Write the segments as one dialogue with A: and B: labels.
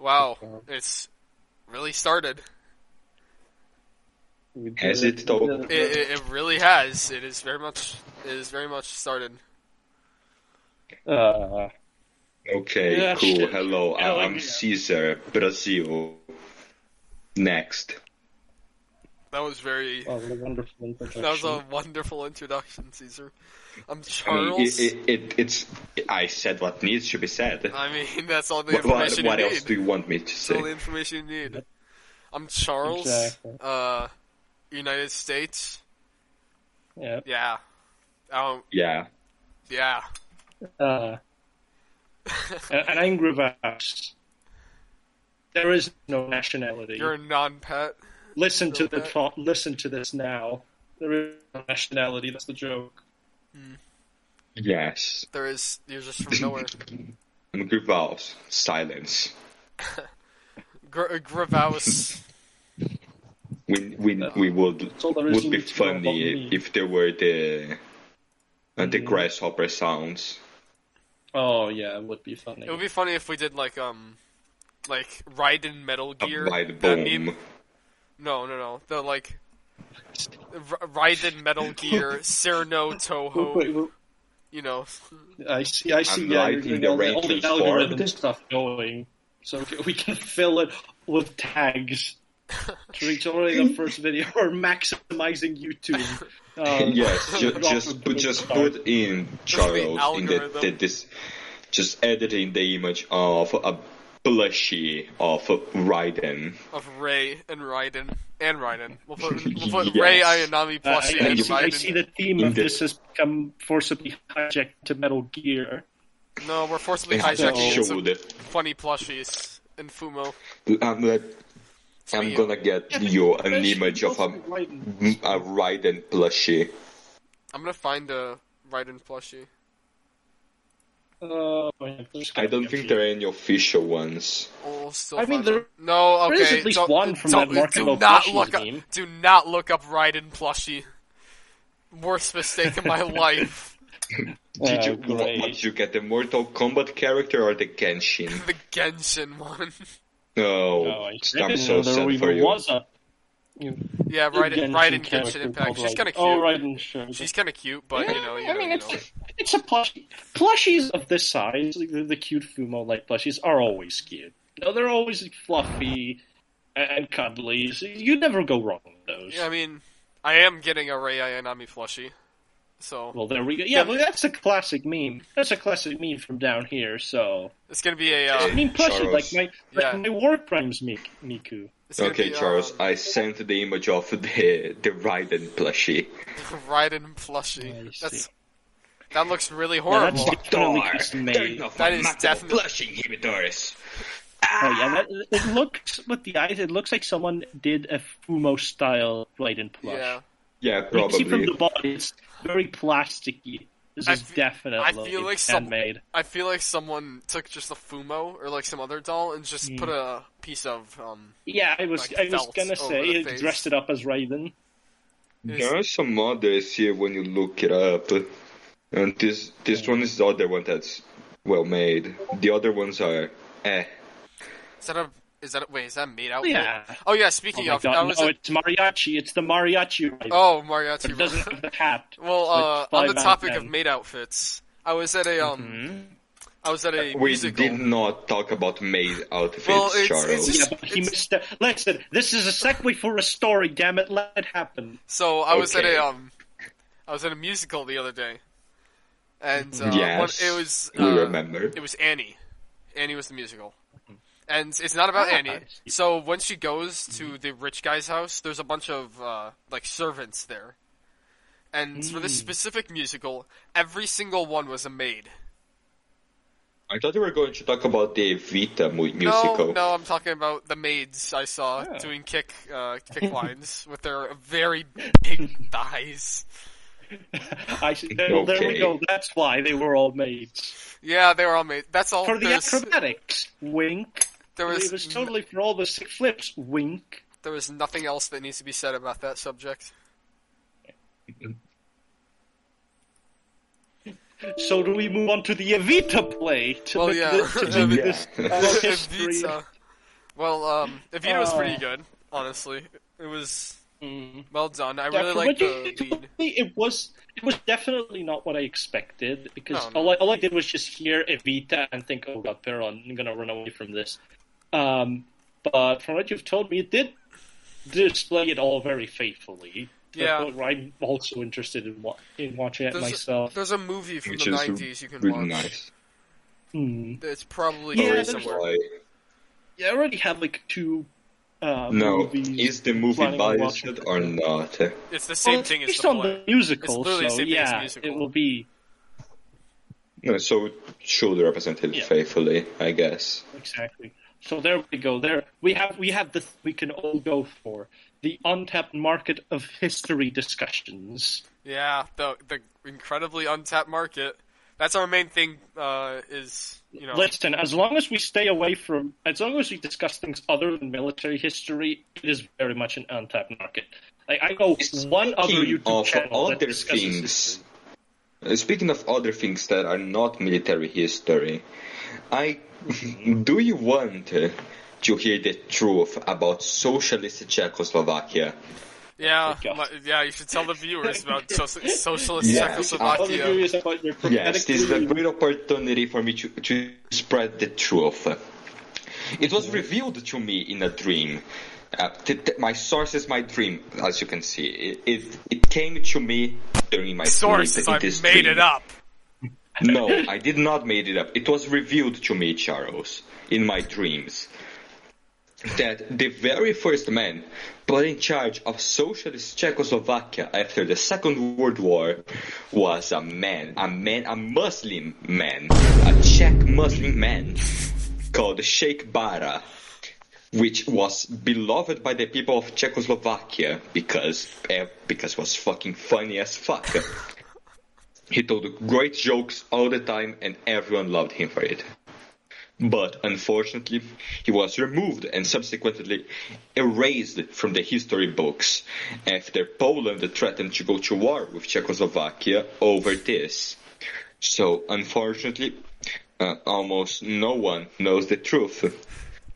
A: Wow,
B: uh,
A: it's really started.
B: Has it though?
A: It,
C: Eh,
A: it, it really has. It is very much. It is very much started.
C: Uh,
B: Okay,
C: Yeah,
B: cool.
C: shit.
B: Hello,
C: Yeah,
B: I-
C: like,
B: I'm
C: yeah.
B: Caesar, Brazil. Next.
A: That was very.
C: oh, what a wonderful introduction.
A: That was a wonderful introduction, Caesar. I'm
B: I mean,
A: Charles.
B: it, it, it, it's. I said what needs to be said.
A: I mean, that's all the
B: What, what,
A: Ah, information
B: what
A: you
B: else
A: need.
B: do you want me to
A: That's all the
B: say?
A: information you need. I'm Charles,
C: Exactly.
A: uh, United States.
C: Yeah.
A: Yeah. Um,
B: Yeah.
A: yeah.
C: Uh, and, and I'm Gravax. There is no nationality.
A: You're a non-pet.
C: listen to the
A: that-
C: thought. Listen to this now. There is no nationality. That's the joke.
B: Yes.
A: There is. You're just from nowhere.
B: And Grivals. Silence.
A: Gr- Gravaus.
B: We we we would
C: all there is
B: would be
C: need to know about
B: funny
C: me.
B: if there were the uh, the
A: Hmm.
C: Mhm.
B: grasshopper sounds.
C: Oh yeah, it would be funny.
A: It would be funny if we did like um, like Raiden Metal Gear.
B: By the
A: That meme.
B: boom.
A: No, no, no. The like. R- Raiden Metal Gear, Cyrano
C: Wait,
A: Toho,
C: wait, wait,
A: you know.
C: I see. I see.
B: I'm
C: yeah,
B: right
C: you're
B: in
C: getting
B: the
C: all, the, all the
B: ranking
C: algorithm
B: form.
C: stuff going, so we can fill it with tags. To reach already the first video, or maximizing YouTube. Um,
B: yes, ju-
C: Rock
B: just
C: would
B: put
C: be
B: just
C: the start.
B: put in Charles in the,
A: algorithm.
B: the this just editing the image of a plushie of Raiden.
A: of Ray and Raiden and Raiden. We'll put, we'll put
B: Yes.
A: Ray Ayanami
C: Uh,
A: plus
C: I, I
A: and
C: see, I
A: Raiden.
C: see the theme
B: In
C: of
B: the-
C: this has become forcibly hijacked to Metal Gear.
A: No, we're forcibly
B: And
A: hijacking
B: show
A: some
B: the-
A: funny plushies and Fumo.
B: I'm like, I'm
A: you.
B: gonna get you an image of a, a Raiden plushie.
A: I'm gonna find a Raiden plushie.
C: Uh, I'm just
B: I
C: gonna
B: don't
C: get
B: think
C: you.
B: there are any official ones.
A: Oh, we'll still
C: I mean,
A: find
C: there-
A: one. no. Okay,
C: there is at least
A: don't-
C: one from
A: don't-
C: that marketable
A: do not
C: plushies
A: look up,
C: meme.
A: Do not look up Raiden plushie. Worst mistake of my life.
B: Did
C: Oh,
B: you
C: great.
B: what, what did you get the Mortal Kombat character or the Genshin?
A: The Genshin one.
B: No,
C: Oh, I
B: I'm
C: didn't
B: so
C: know there
B: sad for
C: even
B: you.
C: was a. You,
A: Yeah, Raiden, Raiden Genshin Impact. She's kind of cute.
C: Oh, Raiden, sure.
A: She's kind of cute, but you know, you
C: I
A: know,
C: mean,
A: you
C: it's
A: know.
C: it's a plushie. Plushies of this size, like the, the cute Fumo like plushies, are always cute. No, they're always like, fluffy and, and cuddly. So you never go wrong with those.
A: Yeah, I mean, I am getting a Ray Ayanami plushie, so
C: Well, there we go. Yeah, well, that's a classic meme. That's a classic meme from down here. So
A: it's gonna be a.
C: I
A: Uh,
C: mean, plushie like
B: Charles.
C: my like
A: Yeah.
C: my war crimes Mik- Miku.
A: it's gonna
B: Okay,
A: be,
B: Charles,
A: Um,
B: I sent the image of the the Raiden plushie.
A: Raiden plushie.
C: I
A: That's
C: see.
A: that looks really
C: Yeah,
A: horrible.
C: that's definitely custom made.
A: That is definitely-
B: blushing inhibitors.
C: Oh yeah, that, it looks with the eyes. It looks like someone did a Fumo style Raiden plush.
A: yeah,
B: Yeah,
C: You can see from
B: probably.
C: the body, it's very plasticky. This
A: I
C: is
A: fe-
C: definitely
A: I feel like some-
C: handmade.
A: I feel like someone took just a Fumo or like some other doll and just put
C: Mm.
A: a piece of um.
C: Yeah, I was
A: like
C: I was
A: felt
C: gonna
A: over
C: say
A: the
C: it
A: face.
C: dressed it up as Raiden.
B: There are some others here when you look it up, and this this one is the other one that's well made. The other ones are eh.
A: Is that a? Is that a, wait? Is that a made out?
C: Yeah.
A: Oh yeah.
C: Oh
A: Speaking
C: my
A: of, that
C: god,
A: was
C: no,
A: a,
C: it's mariachi. It's the mariachi Raiden.
A: oh mariachi.
C: it doesn't have the hat.
A: well,
C: So it's
A: uh, on
C: five
A: the
C: out
A: topic of
C: ten.
A: made outfits, I was at a um,
C: Mm-hmm.
A: I was at a
B: We
A: musical.
B: did not talk about made outfits,
A: Well, it's- it's
B: Charles.
C: Yeah,
A: just-
C: but he
A: it's-
C: missed. The, listen, this is a segue for a story. Damn it, let it happen.
A: So I was
B: Okay.
A: at a um, I was at a musical the other day, and uh, one,
B: yes,
A: it was
B: we
A: uh,
B: remember.
A: it was Annie. Annie was the musical, and it's not about
C: Ah,
A: Annie.
C: I see.
A: So when she goes to the rich guy's house, there's a bunch of uh, like servants there, and for
C: Hmm.
A: this specific musical, every single one was a maid.
B: I thought we were going to talk about the Vita mu-
A: No,
B: musical.
A: no, I'm talking about the maids I saw
C: Yeah.
A: doing kick uh, kick lines with their very big thighs.
C: I see. There, there we
B: Okay.
C: go. That's why they were all maids
A: Yeah, they were all maids. That's all.
C: for the
A: there's-
C: acrobatics. Wink.
A: There was,
C: it was totally for all the sick flips. Wink.
A: there was nothing else that needs to be said about that subject.
C: So do we move on to the Evita play? To
A: Well,
C: the,
A: yeah.
C: the- to
A: Yeah.
C: this, uh, history.
A: Evita. Well, um, Evita was
C: Oh.
A: pretty good, honestly. It was
C: Mm.
A: well done. I really
C: Definitely-
A: like the
C: but you-
A: lead.
C: It was it was definitely not what I expected because
A: No, no.
C: All, I, all I did was just hear Evita and think, "Oh God, Peron, I'm gonna run away from this." Um, but from what you've told me, it did display it all very faithfully.
A: Yeah.
C: Therefore, I'm also interested in wa- in watching it
A: There's a-
C: myself.
A: There's a movie from
B: Which
A: the
B: is
A: 90s you can
B: really
A: watch.
B: nice.
C: Hmm.
A: It's probably
C: Yeah,
A: free
C: there's-
A: somewhere.
B: Why?
C: Yeah, I already have like two. Uh,
B: No,
C: movies
B: is the movie
C: planning on
B: biased
C: watching.
B: or not? eh?
A: It's the
C: Well,
A: same
C: Oh, it's
A: thing as
C: based
A: the
C: on
A: play.
C: the musical,
A: It's
C: so
A: literally the same thing as the
C: yeah,
A: musical.
C: it will be
B: No, so it should represent it
C: Yeah.
B: faithfully, I guess.
C: Exactly. So there we go. There we have we have the th- we can all go for the untapped market of history discussions.
A: Yeah, the the incredibly untapped market. That's our main thing. Uh, is you know
C: Listen, as long as we stay away from, as long as we discuss things other than military history, it is very much an untapped market. Like I know one other
B: Speaking
C: YouTube
B: of
C: channel that
B: other
C: discusses
B: things,
C: history.
B: uh, speaking of other things that are not military history, I do you want uh, to hear the truth about socialist Czechoslovakia?
A: yeah
C: Oh, God.
A: li- yeah. You should tell the viewers about so- socialist
B: Yeah,
C: I'm
B: Fuck
A: Czechoslovakia.
C: curious about your
B: Yes,
C: prophetic
B: this is a
C: view.
B: great opportunity for me to, to spread the truth. It was revealed to me in a dream. Uh, t- t- my source is my dream, as you can see. It, it, it came to me during my
A: Sources.
B: sleep in
A: I
B: this
A: made
B: dream.
A: it up.
B: No, I did not made it up. It was revealed to me, Charles, in my dreams, that the very first man put in charge of socialist Czechoslovakia after the Second World War was a man, a man, a Muslim man, a Czech Muslim man called Sheikh Bara which was beloved by the people of Czechoslovakia because eh, because was fucking funny as fuck. he told great jokes all the time, and everyone loved him for it. But unfortunately, he was removed and subsequently erased from the history books after Poland threatened to go to war with Czechoslovakia over this. So, unfortunately, uh, almost no one knows the truth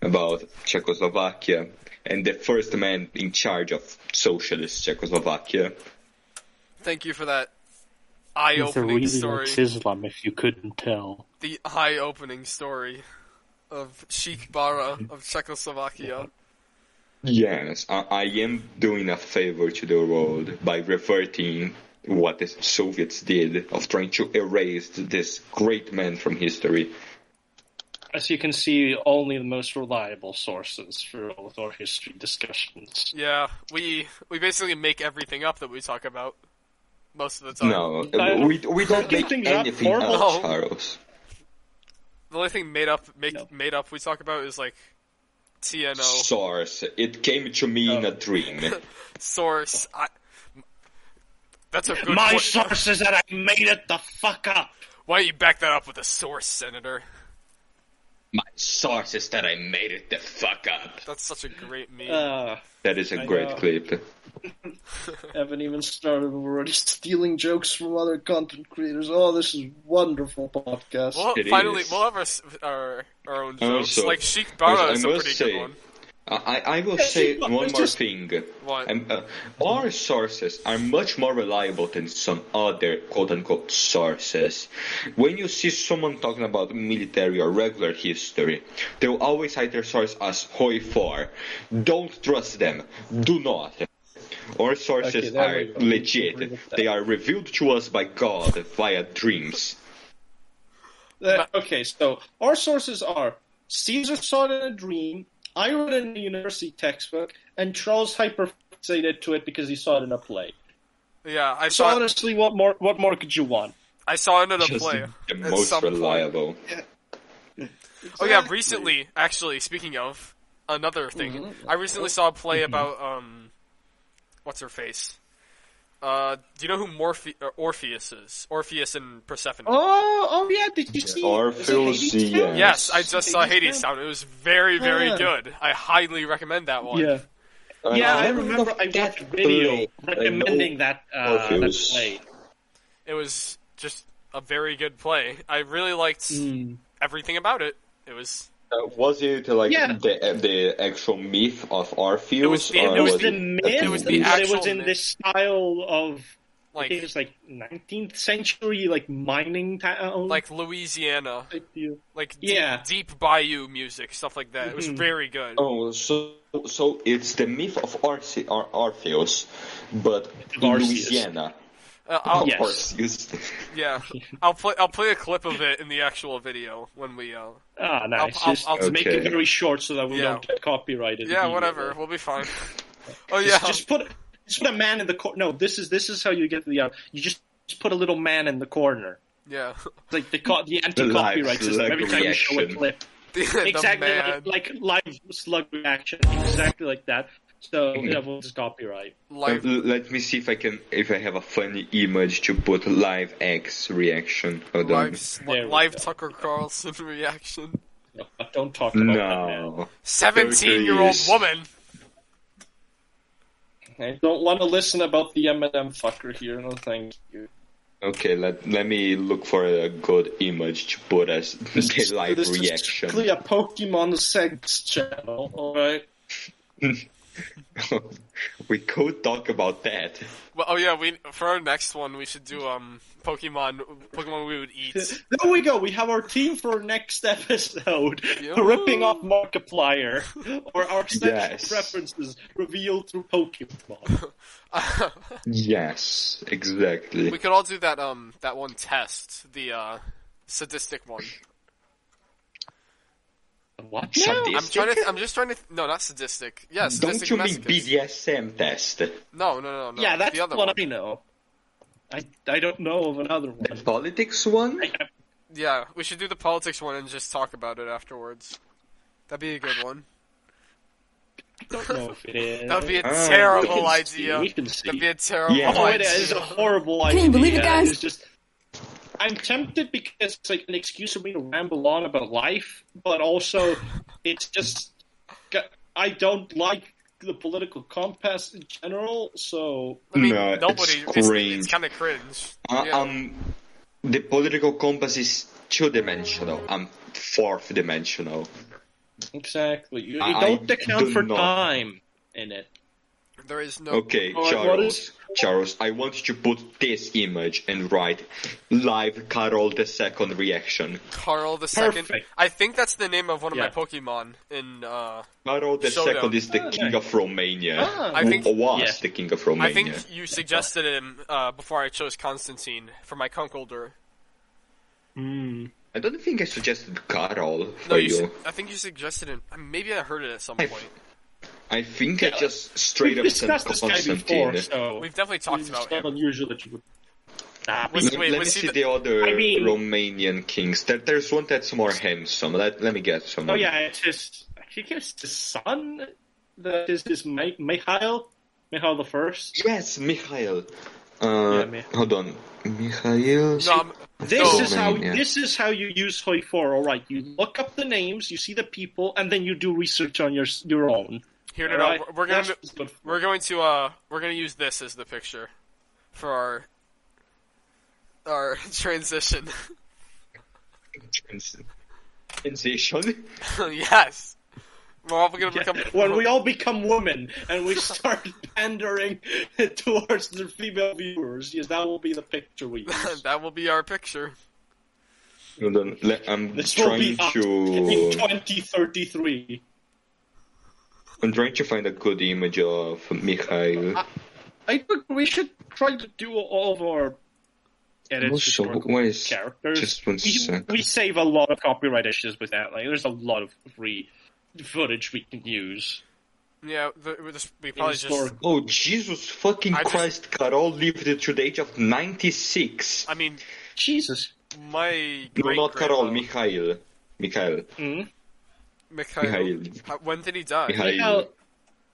B: about Czechoslovakia. And the first man in charge of socialist Czechoslovakia.
A: Thank you for that eye-opening story.
C: Islam, if you couldn't tell.
A: The eye-opening story of Sheikh Bara of Czechoslovakia.
B: Yes, I, I am doing a favor to the world by reverting what the Soviets did of trying to erase this great man from history.
C: As you can see, only the most reliable sources for all of our history discussions.
A: Yeah, we we basically make everything up that we talk about most of the time.
B: No,
C: Uh, I-
B: we, we don't
C: These
B: make
C: things are
B: anything up,
C: horrible.
B: Charles.
A: The only thing made up make
C: No.
A: made up we talk about is like TNO
B: Source, it came to me in a dream.
A: source. I, that's a good
C: My
A: point.
C: source is that I made it the fuck up.
A: Why don't you back that up with a source, Senator?
B: My source is that I made it the fuck up.
A: That's such a great meme.
C: Uh,
B: That is a
C: I
B: great
C: know.
B: clip.
D: haven't even started. We're already stealing jokes from other content creators. Oh, this is wonderful podcast.
A: we'll
B: it
A: finally
B: is.
A: we'll have our s- our, our own
B: I
A: jokes.
B: also-
A: like Sheik
B: I
A: Bara is a
B: must
A: pretty
B: say-
A: good one.
B: I, I will say
C: but
B: one
C: it's
B: more
C: just-
B: thing.
A: What?
B: Um, uh, our sources are much more reliable than some other quote unquote sources. When you see someone talking about military or regular history, they will always cite their source as Hoi 4. Don't trust them. Do not. Our
D: Okay,
B: sources
D: there we
B: are
D: go. Agree
B: legit.
D: with that.
B: They are revealed to us by God via dreams.
D: Uh,
C: okay, so our sources are Caesar saw it in a dream, I read it in a university textbook, and Charles hyperfixated to it because he saw it in a play.
A: Yeah, I
C: So
A: saw
C: honestly, what more? What more could you want?
A: I saw it in a
B: Just
A: play.
B: the
A: at
B: most
A: some point.
B: reliable.
A: Oh yeah, recently, actually, speaking of another thing, I recently saw a play about um, what's her face? Uh, do you know who Morphe- uh, Orpheus is? Orpheus and Persephone.
D: Oh, oh yeah. Did you see?
B: Orpheus,
D: is it Hades Town?
B: yeah.
A: Yes, I just saw Hades
D: Hades
A: Town. It was very, very
D: Yeah.
A: good. I highly recommend that one.
C: Yeah, yeah. I, remember I
B: that
C: watched a video
B: play.
C: recommending
B: I know
C: that uh, that
B: Orpheus.
C: play.
A: It was
C: Mm.
A: just a very good play. I really liked everything about it. It was
B: Uh, was it like
C: Yeah.
B: the uh, the actual myth of Orpheus?
A: It was the-
B: or
A: it
C: It was
A: was
C: the myth,
A: it was the
C: but it
A: actual
C: was in
A: myth.
C: this style of I think it
A: like
C: was like 19th century like mining town. Ah,
A: like Louisiana,
C: idea.
A: like
C: Yeah. Mm-hmm.
A: deep, deep bayou music, stuff like that. It was very good.
B: Oh, so so it's the myth of Orse- or Orpheus, but in
C: Orpheus.
B: Louisiana.
A: Uh, I'll,
C: Yes.
B: Orpheus.
A: yeah, I'll play I'll play a clip of it in the actual video when we uh
C: ah,
A: I'll-
C: nice.
A: I'll-
C: Just
A: I'll-
C: make it
B: Okay.
C: very short so that we
A: Yeah.
C: don't get copyrighted.
A: yeah
C: either.
A: whatever we'll be fine. Oh yeah,
C: Just, just put just put a man in the corner. No, this is this is how you get the uh, you just, just put a little man in the corner.
A: yeah.
C: It's Like the co- the anti
B: live
C: copyright system.
B: slug
C: Every time you show a
B: reaction.
C: clip,
A: The- the
C: exactly
A: man,
C: like, like live slug reaction, exactly like that. So you know,
B: Mm.
C: we'll just copyright.
B: Um,
A: like-
B: l- let me see if I can if I have a funny image to put live X reaction. Hold on.
A: live, sl-
C: There we
A: live
C: go.
A: Tucker Carlson reaction.
C: No, don't talk about that man.
B: No.
A: Seventeen year old
B: is-
A: woman.
D: I don't want to listen about the Eminem fucker here. No, thank you.
B: Okay, let let me look for a good image to put as the live
D: this
B: reaction.
D: is strictly a Pokemon sex channel. All right.
B: we could talk about that.
A: Well, oh yeah, we for our next one we should do um Pokemon Pokemon we would eat.
C: There we go. We have our team for next episode.
A: Yeah.
C: Ripping off Markiplier or our sexual
B: Yes.
C: preferences revealed through Pokemon.
B: Yes, exactly.
A: we could all do that um that one test, the uh sadistic one.
C: What?
B: Sadistic?
A: I'm trying to. I'm just trying to. no, not sadistic. Yeah,
B: Don't
A: sadistic
B: you mean
A: masochist.
B: BDSM test?
A: No, no, no, no.
C: Yeah, that's
A: the other
C: one
A: one.
C: I know. I, I don't know of another one.
B: Politics one?
A: Yeah, we should do the politics one and just talk about it afterwards. That'd be a good one.
C: I don't know if it is.
A: That'd be a
B: Oh,
A: terrible
B: we can
A: idea.
C: we can see.
A: That'd be a terrible
B: Yeah.
C: Oh,
A: idea.
C: it is a horrible idea.
E: you believe it, guys?
C: It's just, I'm tempted because it's like an excuse for me to ramble on about life, but also it's just I don't like the political compass in general. So
A: I mean,
B: No, it's
A: nobody.
B: cringe.
A: It's, kind of cringe.
B: Uh,
A: yeah.
B: Um, the political compass is two-dimensional. I'm fourth-dimensional.
C: exactly, you, you
B: I-
C: don't
B: I
C: account
B: do
C: for
B: not.
C: time in it.
A: there is no.
B: Okay,
D: Alright, what
B: Charles. Charles, I want you to put this image and write live Carol the second reaction.
A: Carl the second.
C: Perfect.
A: I think that's the name of one of
C: Yeah.
A: my Pokemon. In uh,
B: Carol the
A: Showdown.
B: second is
C: Ah.
B: the king of Romania.
A: Ah. I think.
B: Or was
C: Yeah.
B: the king of
A: I
B: Romania.
A: think you suggested him uh, before I chose Constantine for my Kunkolder.
B: I don't think I suggested Carol for
A: No, you.
B: you.
A: Su- I think you suggested it. uh, Maybe I heard it at some point.
B: I think I just straight
C: We've
B: up sent
C: discussed this guy before,
B: Constantine.
C: so
A: We've definitely talked about
C: it's
A: him.
C: not unusual that you would. Nah,
A: Was-
B: Let,
A: Wait,
B: let me
A: was he
B: see
A: the-
B: the, other
C: I mean-
B: Romanian kings. There, there's one that's more handsome. Let, let me get some.
C: Oh yeah, it's his. I think it's his son. That is his Mi- Mikhail, Mikhail the First.
B: Yes, Mikhail. Uh,
C: Mi-
B: hold on, Mikhail.
A: No, I'm-
C: This
A: no,
C: is how
B: Romania.
C: this is how you use Hoi Four. All right, you
B: Mm-hmm.
C: look up the names, you see the people, and then you do research on your your own.
A: Here, no,
C: All
A: no,
C: right?
A: we're gonna
C: That's good.
A: we're going to uh we're gonna use this as the picture for our our transition.
B: Trans- Transition.
A: yes, we're all gonna become
C: when we all become women and we start pandering towards the female viewers, yes, that will be the picture we use.
A: that will be our picture.
B: Hold on. Let, I'm
C: This will
B: trying
C: be uh, up
B: to.
C: in 2033.
B: I'm trying to find a good image of Mikhail.
C: I think we should try to do all of our edits
B: Also,
C: historical
B: what is-
C: characters.
B: just one
C: we,
B: second.
C: we save a lot of copyright issues with that. Like, there's a lot of free footage we can use.
A: Yeah, th- we just we probably just.
C: Historical.
B: Oh Jesus fucking
A: I just-
B: Christ! Carol lived to the age of 96.
A: I mean,
C: Jesus,
A: my
B: No,
A: great
B: not Carol.
A: grandpa-
B: Mikhail. Mikhail.
C: Hmm?
A: Mikhail.
B: Mikhail.
A: How- When did he die?
B: Mikhail.
C: Now,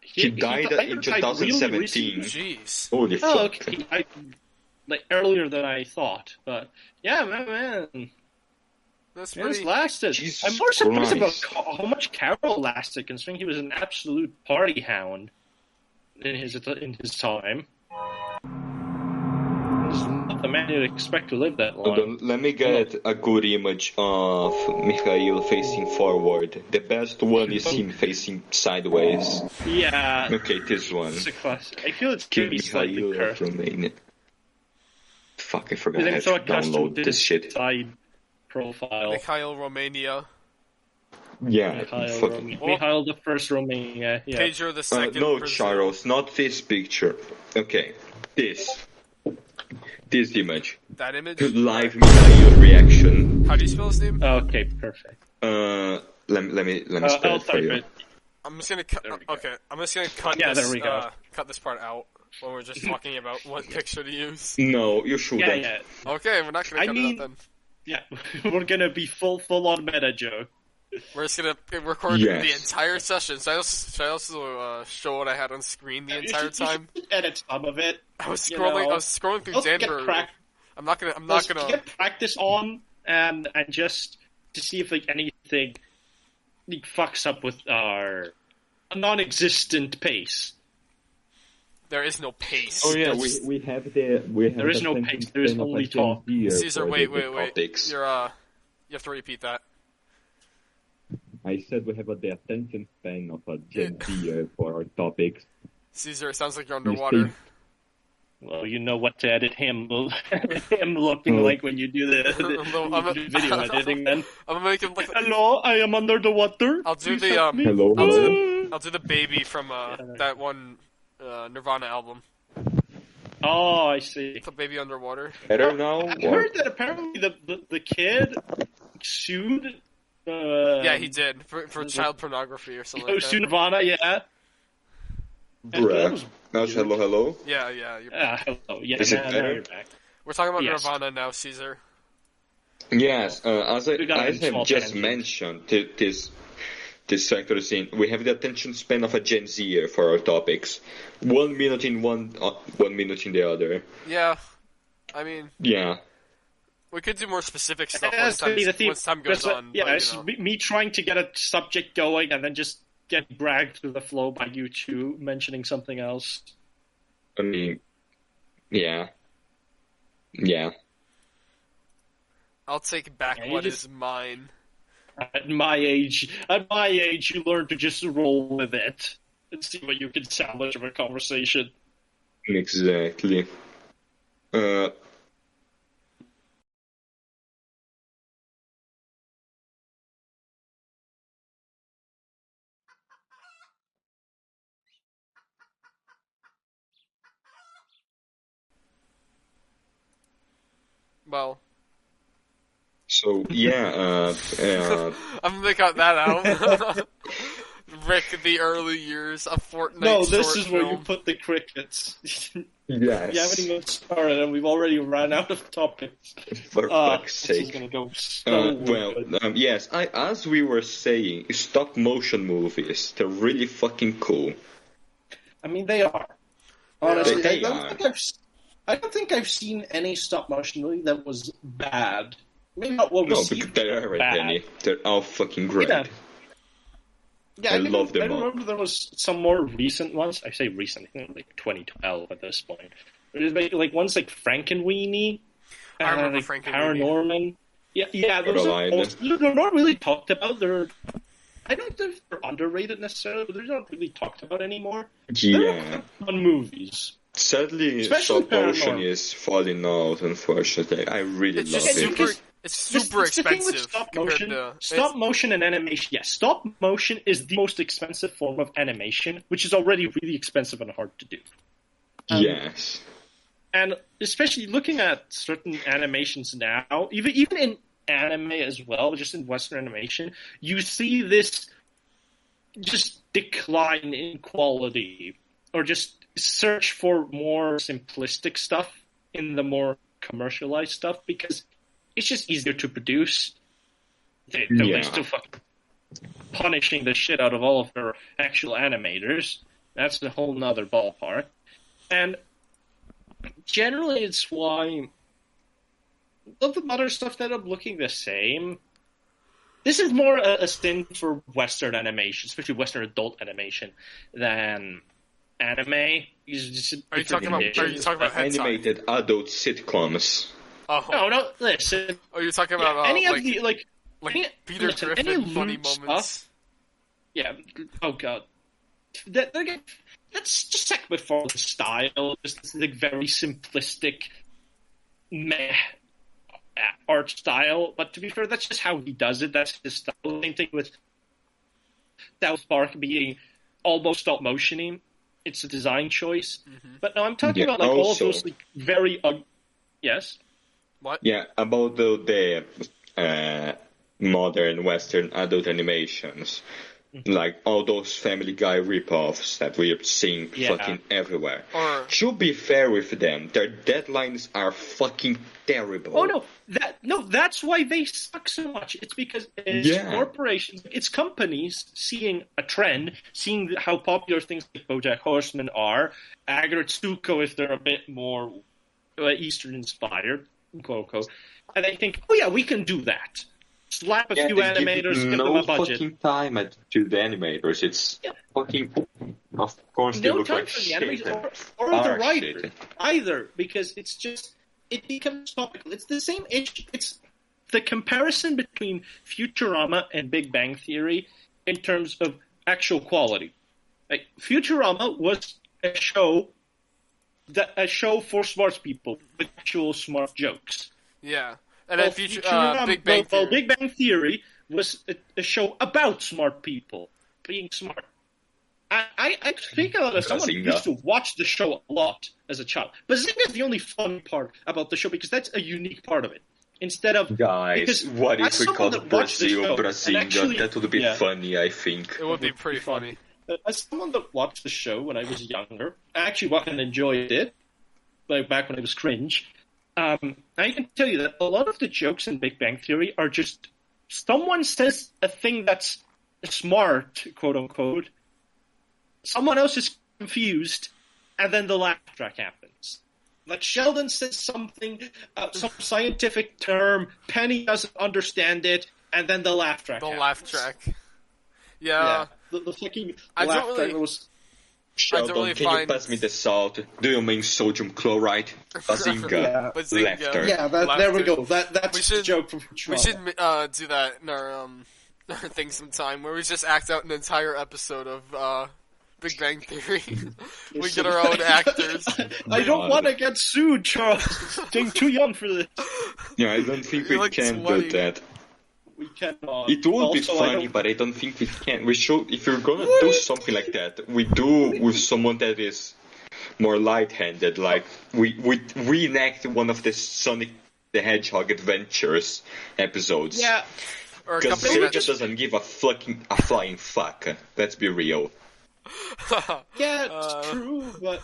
B: He
C: di-
B: died in
C: died really
B: 2017.
C: recently.
A: Jeez.
B: Holy fuck.
C: oh, okay. He died, like earlier than I thought, but yeah, man, man,
A: That's
C: this
A: pretty.
C: lasted.
B: Jesus
C: I'm more surprised
B: Christ.
C: about Ca- how much Carol lasted, considering he was an absolute party hound in his in his time. He's not not the man you'd expect to live that
B: Hold
C: long.
B: on, let me get a good image of Mikhail facing forward. The best one is him facing sideways.
C: Yeah,
B: Okay, this one.
C: it's a class. I feel it's gonna be slightly
B: Mikhail of
C: cursed.
B: Romania. Fuck, I forgot
C: Because
B: I
C: I'm
B: have
C: so
B: to
C: accustomed
B: download
C: to
B: this shit.
C: side profile.
A: Mikhail Romania,
B: Yeah,
C: Mikhail,
B: fuck.
C: Rome-
A: Well-
C: Mikhail the first Romania. Yeah.
A: Pedro the
B: Uh,
A: second.
B: no,
A: Brazil.
B: Charles, not this picture. Okay, this. This image.
A: That image.
B: Live Mikhail reaction.
A: How do you spell his name?
C: Okay, perfect.
B: Uh, let, me- let me let me
C: Uh,
B: spell
C: I'll
B: it for
C: type
B: you.
C: it.
A: I'm just gonna cut.
C: There we go.
A: Okay, I'm just gonna cut
C: Yeah,
A: this.
C: there we go.
A: Uh, cut this part out when we're just talking about what picture to use.
B: No, you shouldn't.
C: Yeah, yeah,
A: Okay, we're not gonna
C: I
A: cut
C: mean-
A: it out then.
C: yeah. We're gonna be full, full on meta joke.
A: We're just gonna record
B: Yes.
A: the entire session. So I also, should I also uh, show what I had on screen the
C: You
A: entire
C: should- you
A: time?
C: should edit some of it.
A: I was
C: you
A: scrolling.
C: know,
A: I was scrolling through
C: let's get
A: Danbury.
C: crack-
A: I'm not gonna. I'm not
C: Let's
A: gonna.
C: get practice on and and just to see if like anything like, fucks up with our non-existent pace.
A: There is no pace.
B: Oh yeah, we, we have the we have
C: There is
B: the
C: no
B: same
C: pace, there is
B: thing of
C: only
B: a Gen
C: talk.
B: Zer
A: Caesar,
B: for
A: wait,
B: the
A: wait, wait.
B: topics.
A: You're uh, you have to repeat that.
B: I said we have a, the attention span of a Gen Zer for our topics.
A: Caesar, it sounds like you're underwater.
C: Well, you know what to edit him him looking
B: Hmm.
C: like when you do the, the,
A: Hello, I'm a-
C: the video editing. Then
A: I'm gonna make him look. Like,
C: hello, I am under the water.
A: I'll do
C: Please
A: the,
C: help
A: um,
C: me.
B: Hello,
A: I'll
B: hello.
A: do, I'll do the baby from uh, that one uh, Nirvana album.
C: Oh, I see.
A: The baby underwater.
B: Better now.
C: I
B: or-
C: heard that apparently the the, the kid sued. Uh,
A: yeah, he did for, for child pornography or something. Like
C: goes to
A: that.
C: Nirvana. Yeah.
B: Bruh. Now it's hello, hello.
A: Yeah, yeah. You're,
C: Ah, hello. Yeah,
B: Is it
C: now- now
B: better?
C: you're back.
A: we're talking about
C: Yes.
A: Nirvana now, Caesar.
B: Yes, uh, as I,
C: We got
B: as
C: a small
B: have just
C: tangent.
B: mentioned, thi- this this factor is in. We have the attention span of a Gen Zer for our topics. One minute in one, uh, one minute in the other.
A: Yeah, I mean,
B: Yeah.
A: we could do more specific stuff
C: Yeah,
A: once
C: that's
A: time,
C: really the theme.
A: once time goes
C: That's what-
A: on.
C: Yeah,
A: but, you
C: it's
A: know.
C: me, me trying to get a subject going and then just get dragged through the flow by you two mentioning something else.
B: I mean, yeah, yeah.
A: I'll take back
C: Yeah, you
A: what is
C: just-
A: mine.
C: At my age, at my age, you learn to just roll with it and see what you can salvage of a conversation.
B: Exactly. Uh,
A: Well,
B: so yeah, uh, uh,
A: I'm gonna cut that out. Rick, the early years of Fortnite.
C: no, this
A: short
C: is where you
A: film.
C: put the crickets. you haven't
B: yes.
C: even started, and we've already run out of topics.
B: For
C: Ah,
B: fuck's
C: this is
B: sake.
C: gonna go so
B: Uh, well,
C: good.
B: um, yes. I, as we were saying, stop motion movies—they're really fucking cool.
C: I mean, they are.
D: Honestly,
B: They-
D: I
B: they
D: don't
B: are.
D: think I've s- I don't think I've seen any stop motion movie that was bad. Maybe not what
B: No,
D: was
B: because there aren't
C: bad.
B: any. They're all fucking great.
C: Yeah.
D: yeah,
B: I
D: think-
B: love
C: I
B: them all.
C: remember there was some more recent ones. I say recent, I think like 2012 at this point. But it's like, like ones like Frankenweenie.
A: I remember
C: uh, like
A: Frankenweenie.
C: Paranorman. Yeah, yeah, those are
B: Coraline.
C: also, they're not really talked about. They're I don't think they're underrated necessarily, but they're not really talked about anymore.
B: Yeah.
C: On movies,
B: Sadly,
D: Especially
B: stop motion
D: Paranormal.
B: is falling out. Unfortunately, I really
A: It's
B: love
A: just
B: it.
A: super.
C: Because
A: It's
C: This-
A: super
C: this is the thing with
A: expensive
C: stop
A: compared
C: motion,
A: to
C: stop motion and animation. Yes, stop motion is the most expensive form of animation, which is already really expensive and hard to do.
B: yes.
C: and especially looking at certain animations now, even even in anime as well, just in Western animation, you see this just decline in quality, or just search for more simplistic stuff in the more commercialized stuff because it's just easier to produce. They, they're
B: Yeah.
C: still fucking punishing the shit out of all of their actual animators. That's a whole nother ballpark. And generally it's why all the modern stuff that up looking the same. This is more a, a sin for Western animation, especially Western adult animation, than anime. It's just a
A: Are you
C: different
A: talking about?
C: niche.
A: Are you talking about hentai?
B: Animated adult sitcoms.
A: Oh,
C: No, no. Listen,
A: oh, you're talking
C: yeah,
A: about uh,
C: any
A: like,
C: of the like,
A: like
C: any-
A: Peter
C: listen,
A: Griffin
C: any
A: funny
C: lewd stuff-
A: moments.
C: yeah. Oh god, that, that that's just like before the style. Just this, like very simplistic, meh uh, art style. But to be fair, that's just how he does it. That's his style. Same thing with South Park being almost stop motioning. It's a design choice. But no, I'm talking
B: Yeah,
C: about like all of
B: also-
C: those like very ug- yes.
A: What?
B: Yeah, about the, the uh, modern Western adult animations.
C: Mm-hmm.
B: Like all those Family Guy rip-offs that we're seeing
C: Yeah.
B: fucking everywhere.
A: Or-
B: to be fair with them, their deadlines are fucking terrible.
C: Oh no, that no, that's why they suck so much. It's because it's
B: Yeah.
C: corporations, it's companies seeing a trend, seeing how popular things like BoJack Horseman are, Agritsuko if they're a bit more uh, Eastern inspired, quote unquote, and they think, oh yeah, we can do that. Slap a
B: Yeah,
C: few
B: they give
C: animators, give
B: no
C: them a budget.
B: fucking time at, to the animators. It's
C: Yeah.
B: fucking. Of course, they
C: no
B: look
C: time
B: like
C: for the
B: shit
C: animators or,
B: and
C: or the
B: are
C: writer
B: shit.
C: either because it's just it becomes topical. It's the same issue. It's the comparison between Futurama and Big Bang Theory in terms of actual quality. Like Futurama was a show that a show for smart people with actual smart jokes.
A: Yeah. And then
C: Well,
A: future,
C: Futurama-
A: uh, Big Bang
C: well,
A: Theory.
C: well, Big Bang Theory was a, a show about smart people being smart. I, I, I think about it as someone who
B: Bazinga.
C: used to watch the show a lot as a child. Bazinga is the only fun part about the show because that's a unique part of it. Instead of
B: Guys,
C: because
B: what
C: as
B: if we
C: someone
B: called
C: that watched the show
B: Brazil
C: and
B: Brazinga?
C: actually-
B: that would be
C: yeah.
B: funny, I think.
A: it would be pretty funny.
C: as someone that watched the show when I was younger, I actually watched and enjoyed it, like back when it was cringe. Um, I can tell you that a lot of the jokes in Big Bang Theory are just someone says a thing that's smart, quote unquote. Someone else is confused, and then the laugh track happens. Like Sheldon says something, uh, some scientific term. Penny doesn't understand it, and then the laugh track.
A: The
C: happens.
A: laugh track.
C: Yeah,
A: Yeah.
C: the, the fucking
A: Uh, I don't
C: laugh track
A: really-
C: was
B: Sheldon,
A: really
B: can
A: find-
B: you pass me the salt? Do you mean sodium chloride? Bazinga.
D: Yeah.
A: Bazinga.
B: Laughter.
D: Yeah, that,
A: Laugh
D: there we
A: too.
D: go. That that's
A: We should-
D: the joke from Futurama.
A: We should uh, do that in our um, our thing sometime where we just act out an entire episode of uh, Big Bang Theory. we get our own actors.
C: I don't
B: God.
C: want to get sued, Charles. I'm too young for this.
B: Yeah, I don't think
A: You
B: we
A: look
B: can
A: sweaty.
B: do that.
C: We cannot.
B: It would be
C: Also, I
B: funny,
C: don't-
B: but I don't think we can. We should, if we're gonna do something like that, we do with someone that is more light-handed. Like we we reenact one of the Sonic the Hedgehog adventures episodes.
C: Yeah,
A: Or a
B: Because
A: company
B: Sega
A: that
B: just doesn't give a fucking a flying fuck. Let's be real.
C: yeah, it's
A: Uh,
C: true, but.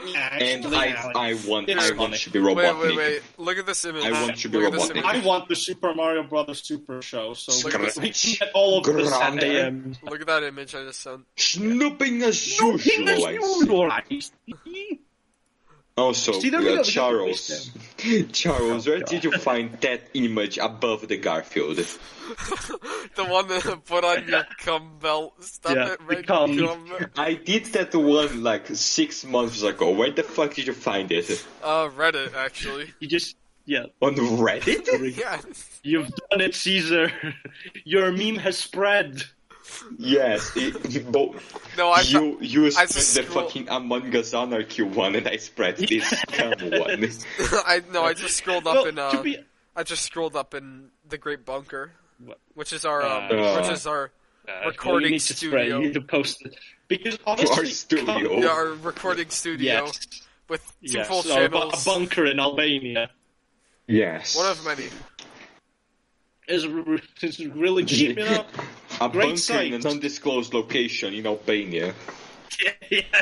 C: Yeah,
B: And
C: actually,
B: I
C: Alex,
B: I want
C: it's
B: I
C: funny.
B: want to be
A: Wait,
B: Robotnik.
A: wait, wait. Look at this image.
B: I want you to be
A: Look at this
B: Robotnik.
A: image.
C: I want the Super Mario Brothers Super Show, so we
A: Scratch.
C: can get all of this at
B: Grande.
C: AM.
A: Look at that image I just sent.
B: Snooping as usual. I see. Also,
C: See, there we go,
B: uh,
C: we got the face
B: Charles, Charles, where did
C: Oh,
B: you find that image above the Garfield?
A: The one that put on your cum belt. Stop
C: Yeah,
A: it,
C: the
A: Red
C: cum.
A: Cum.
B: I did that one like six months ago. Where the fuck did you find it?
A: Uh, Reddit, actually.
C: You just. Yeah,
B: On Reddit?
A: Yeah.
C: you've done it, Caesar. Your meme has spread.
B: yes. It, bo-
C: Oh,
A: No, I
B: you you
A: I
B: spread the
A: scroll-
B: fucking Among Us Anarchy one, and I spread this scam one.
A: I no, I just scrolled up
C: Well,
A: in uh,
C: to be-
A: I just scrolled up in the Great Bunker,
C: What?
A: which is our um,
B: Uh,
A: which is our
C: Uh,
A: Recording
C: you need to Spread,
A: studio.
C: you need to post it because
B: To
C: honestly,
B: our studio.
A: yeah, our recording studio
C: yes,
A: with two
C: yes,
A: full
C: so a bu-
A: channels.
C: a bunker in Albania
B: Yes.
A: One of many.
C: is, re- is really cheap, you know.
B: A
C: Great
B: bunker
C: site.
B: in an undisclosed location in Albania.
A: That's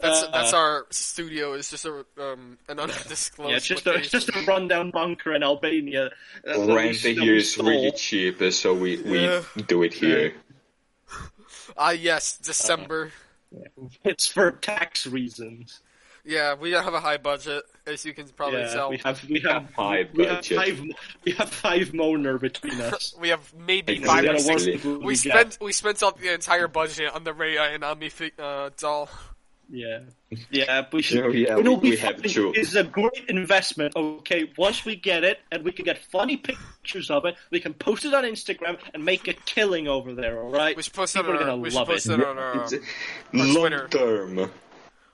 C: Uh,
A: that's our studio. Is just a um an undisclosed.
C: Yeah, it's just a, it's
A: location.
C: just a rundown bunker in Albania. Uh, that- that we-
B: Rent
C: that we
B: here is really
C: stole.
B: cheap, so we, we
A: Yeah.
B: do it here.
A: ah yes, December.
C: It's for tax reasons.
A: Yeah, we have a high budget, as you can probably
C: yeah,
A: tell.
C: we have we have
B: High
C: we have
B: budget.
C: five we have five moaner between us.
A: We have maybe
B: Exactly.
A: five or
B: Gotta
A: six.
B: work
A: We spent we spent up the entire budget on the Ray and Ami fi- uh, doll.
C: Yeah, yeah, we should.
B: Yeah, Oh, yeah,
C: you know,
B: we- we have
C: fucking-
B: to.
C: It's a great investment. Okay, once we get it, and we can get funny pictures of it, we can post it on Instagram and make a killing over there. All right,
A: We should post it
C: people
A: on
C: are
A: our.
C: gonna
A: We should
C: love
A: post
C: it.
A: it on our.
B: It's
A: um, Twitter.
B: long term.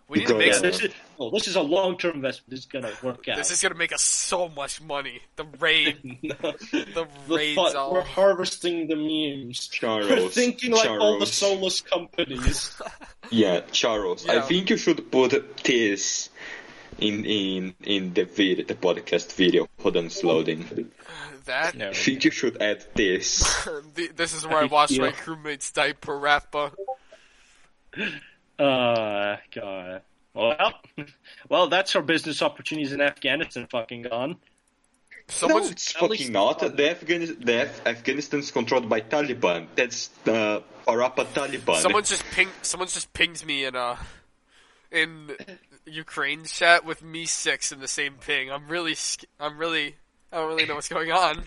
A: We need to make.
B: because- Yeah,
C: Yeah,
A: some-
C: this is oh, this is a long term investment. This is gonna work out.
A: This is gonna make us so much money. The raid, the
C: the
A: raid
C: fun- we're
A: doll.
C: harvesting the memes.
B: Charles.
C: We're thinking like all the
B: Charles.
C: soulless companies.
B: Yeah, Charles. I
A: Yeah.
B: think you should put this in in in the video, the podcast video. Hold on, it's loading.
A: That.
B: I think you should add this.
A: The- this is where I
C: Thank
A: wash
C: you.
A: my crewmate's diaper wrapper.
C: Uh, God. Well, well, that's our business opportunities in Afghanistan fucking gone.
B: No,
A: Someone's
B: it's
C: at
B: fucking
C: least-
B: not. The Afghan the Af- Afghanistan's controlled by Taliban. That's uh, Arapa Taliban.
A: Someone just ping. Someone just pinged me in uh in Ukraine chat with me six in the same ping. I'm really. sc- I'm really. I don't really know what's going on.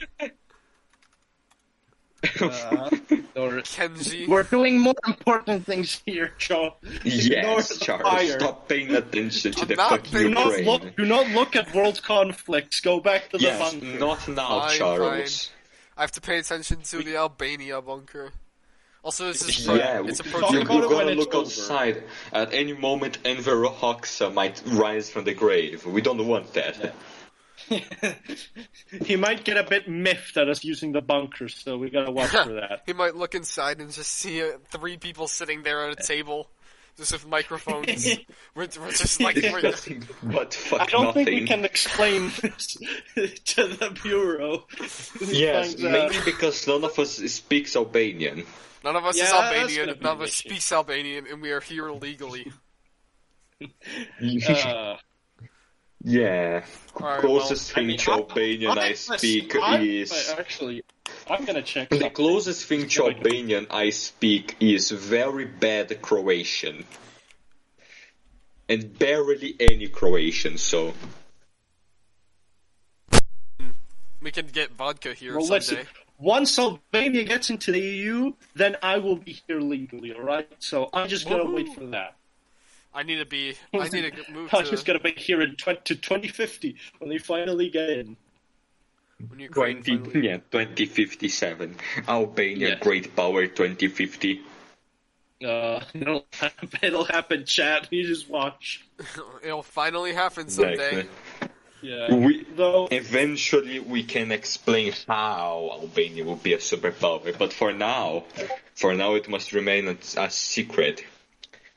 A: Kenji.
C: We're doing more important things here, Joe.
B: yes,
C: Ignore the
B: Charles.
C: fire.
B: Stop paying attention to
A: I'm
B: the
A: not
B: fucking
A: paying-
C: Do not
B: Ukraine.
C: look. Do not look at world conflicts. Go back to the
B: yes,
C: bunker.
B: not now,
A: Fine,
B: Charles.
A: I have to pay attention to the Albania bunker. Also, this is
B: Yeah,
A: it's a
B: you-
A: project.
B: you're
C: about it when
B: gonna
C: it's
B: look
C: over.
B: outside. At any moment, Enver Hoxha might rise from the grave. We don't want that.
C: He might get a bit miffed at us using the bunker, so we gotta watch for that.
A: He might look inside and just see uh, three people sitting there at a table, just with microphones. we're, we're just like we're,
B: Discussing but fuck
C: I don't
B: nothing.
C: think we can explain this to the bureau. This
B: Yes,
C: thing's, uh,
B: mainly because none of us speaks Albanian.
A: none of us
C: Yeah,
A: is
C: that's
A: Albanian.
C: gonna be
A: None of
C: an
A: us
C: issue.
A: speaks Albanian, and we are here legally.
C: uh,
B: yeah,
A: Alright,
B: closest
C: I
B: thing
C: mean,
B: to
C: I'm-
B: Albanian I,
C: I'm-
B: speak
C: I'm-
B: is
C: actually. I'm gonna check.
B: the
C: something.
B: closest thing to Albanian I speak is very bad Croatian, and barely any Croatian. So
A: We can get vodka here
C: Well,
A: someday.
C: listen. Once Albania gets into the EU, then I will be here legally. All right. So I'm just gonna
A: Woohoo.
C: wait for that.
A: I need to be. I need to move
C: I'm just
A: to
C: gonna be here in 20, to 2050 when they finally get in.
A: when Ukraine.
B: twenty
A: finally-
B: yeah twenty fifty seven Albania
C: Yes.
B: great power twenty fifty.
C: Uh, it'll happen. It'll happen. Chat. You just watch.
A: It'll finally happen someday.
C: Yeah.
B: We
C: Though.
B: Eventually, we can explain how Albania will be a superpower, but for now, for now, it must remain a, a secret,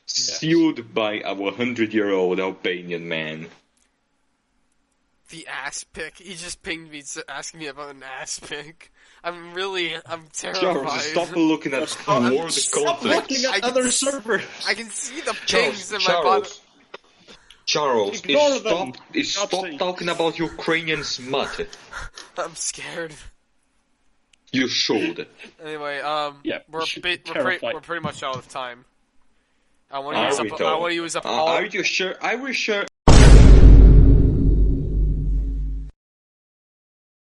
B: sealed by our hundred-year-old Albanian man.
A: The ass pick. He just pinged me to ask me about an ass pick. I'm really. I'm terrified.
B: Charles, stop looking at world
C: Stop looking
B: conflicts.
A: I
C: at
A: can
C: other
A: s-
C: servers.
A: I can see the pings
B: Charles,
A: in my body.
B: Charles, Charles, is
C: Ignore them.
B: stop, is
C: Stop
B: stop
C: saying-
B: talking about Ukrainian smut.
A: I'm scared.
B: You should.
A: Anyway, um,
C: Yeah,
A: we're,
C: should
A: bit,
C: be
A: we're, pretty,
C: terrified.
A: we're pretty much out of time. I want to
B: Are
A: use
B: we
A: up. I
B: though?
A: want to use up
B: Uh,
A: all.
B: are you sure? Are we sure?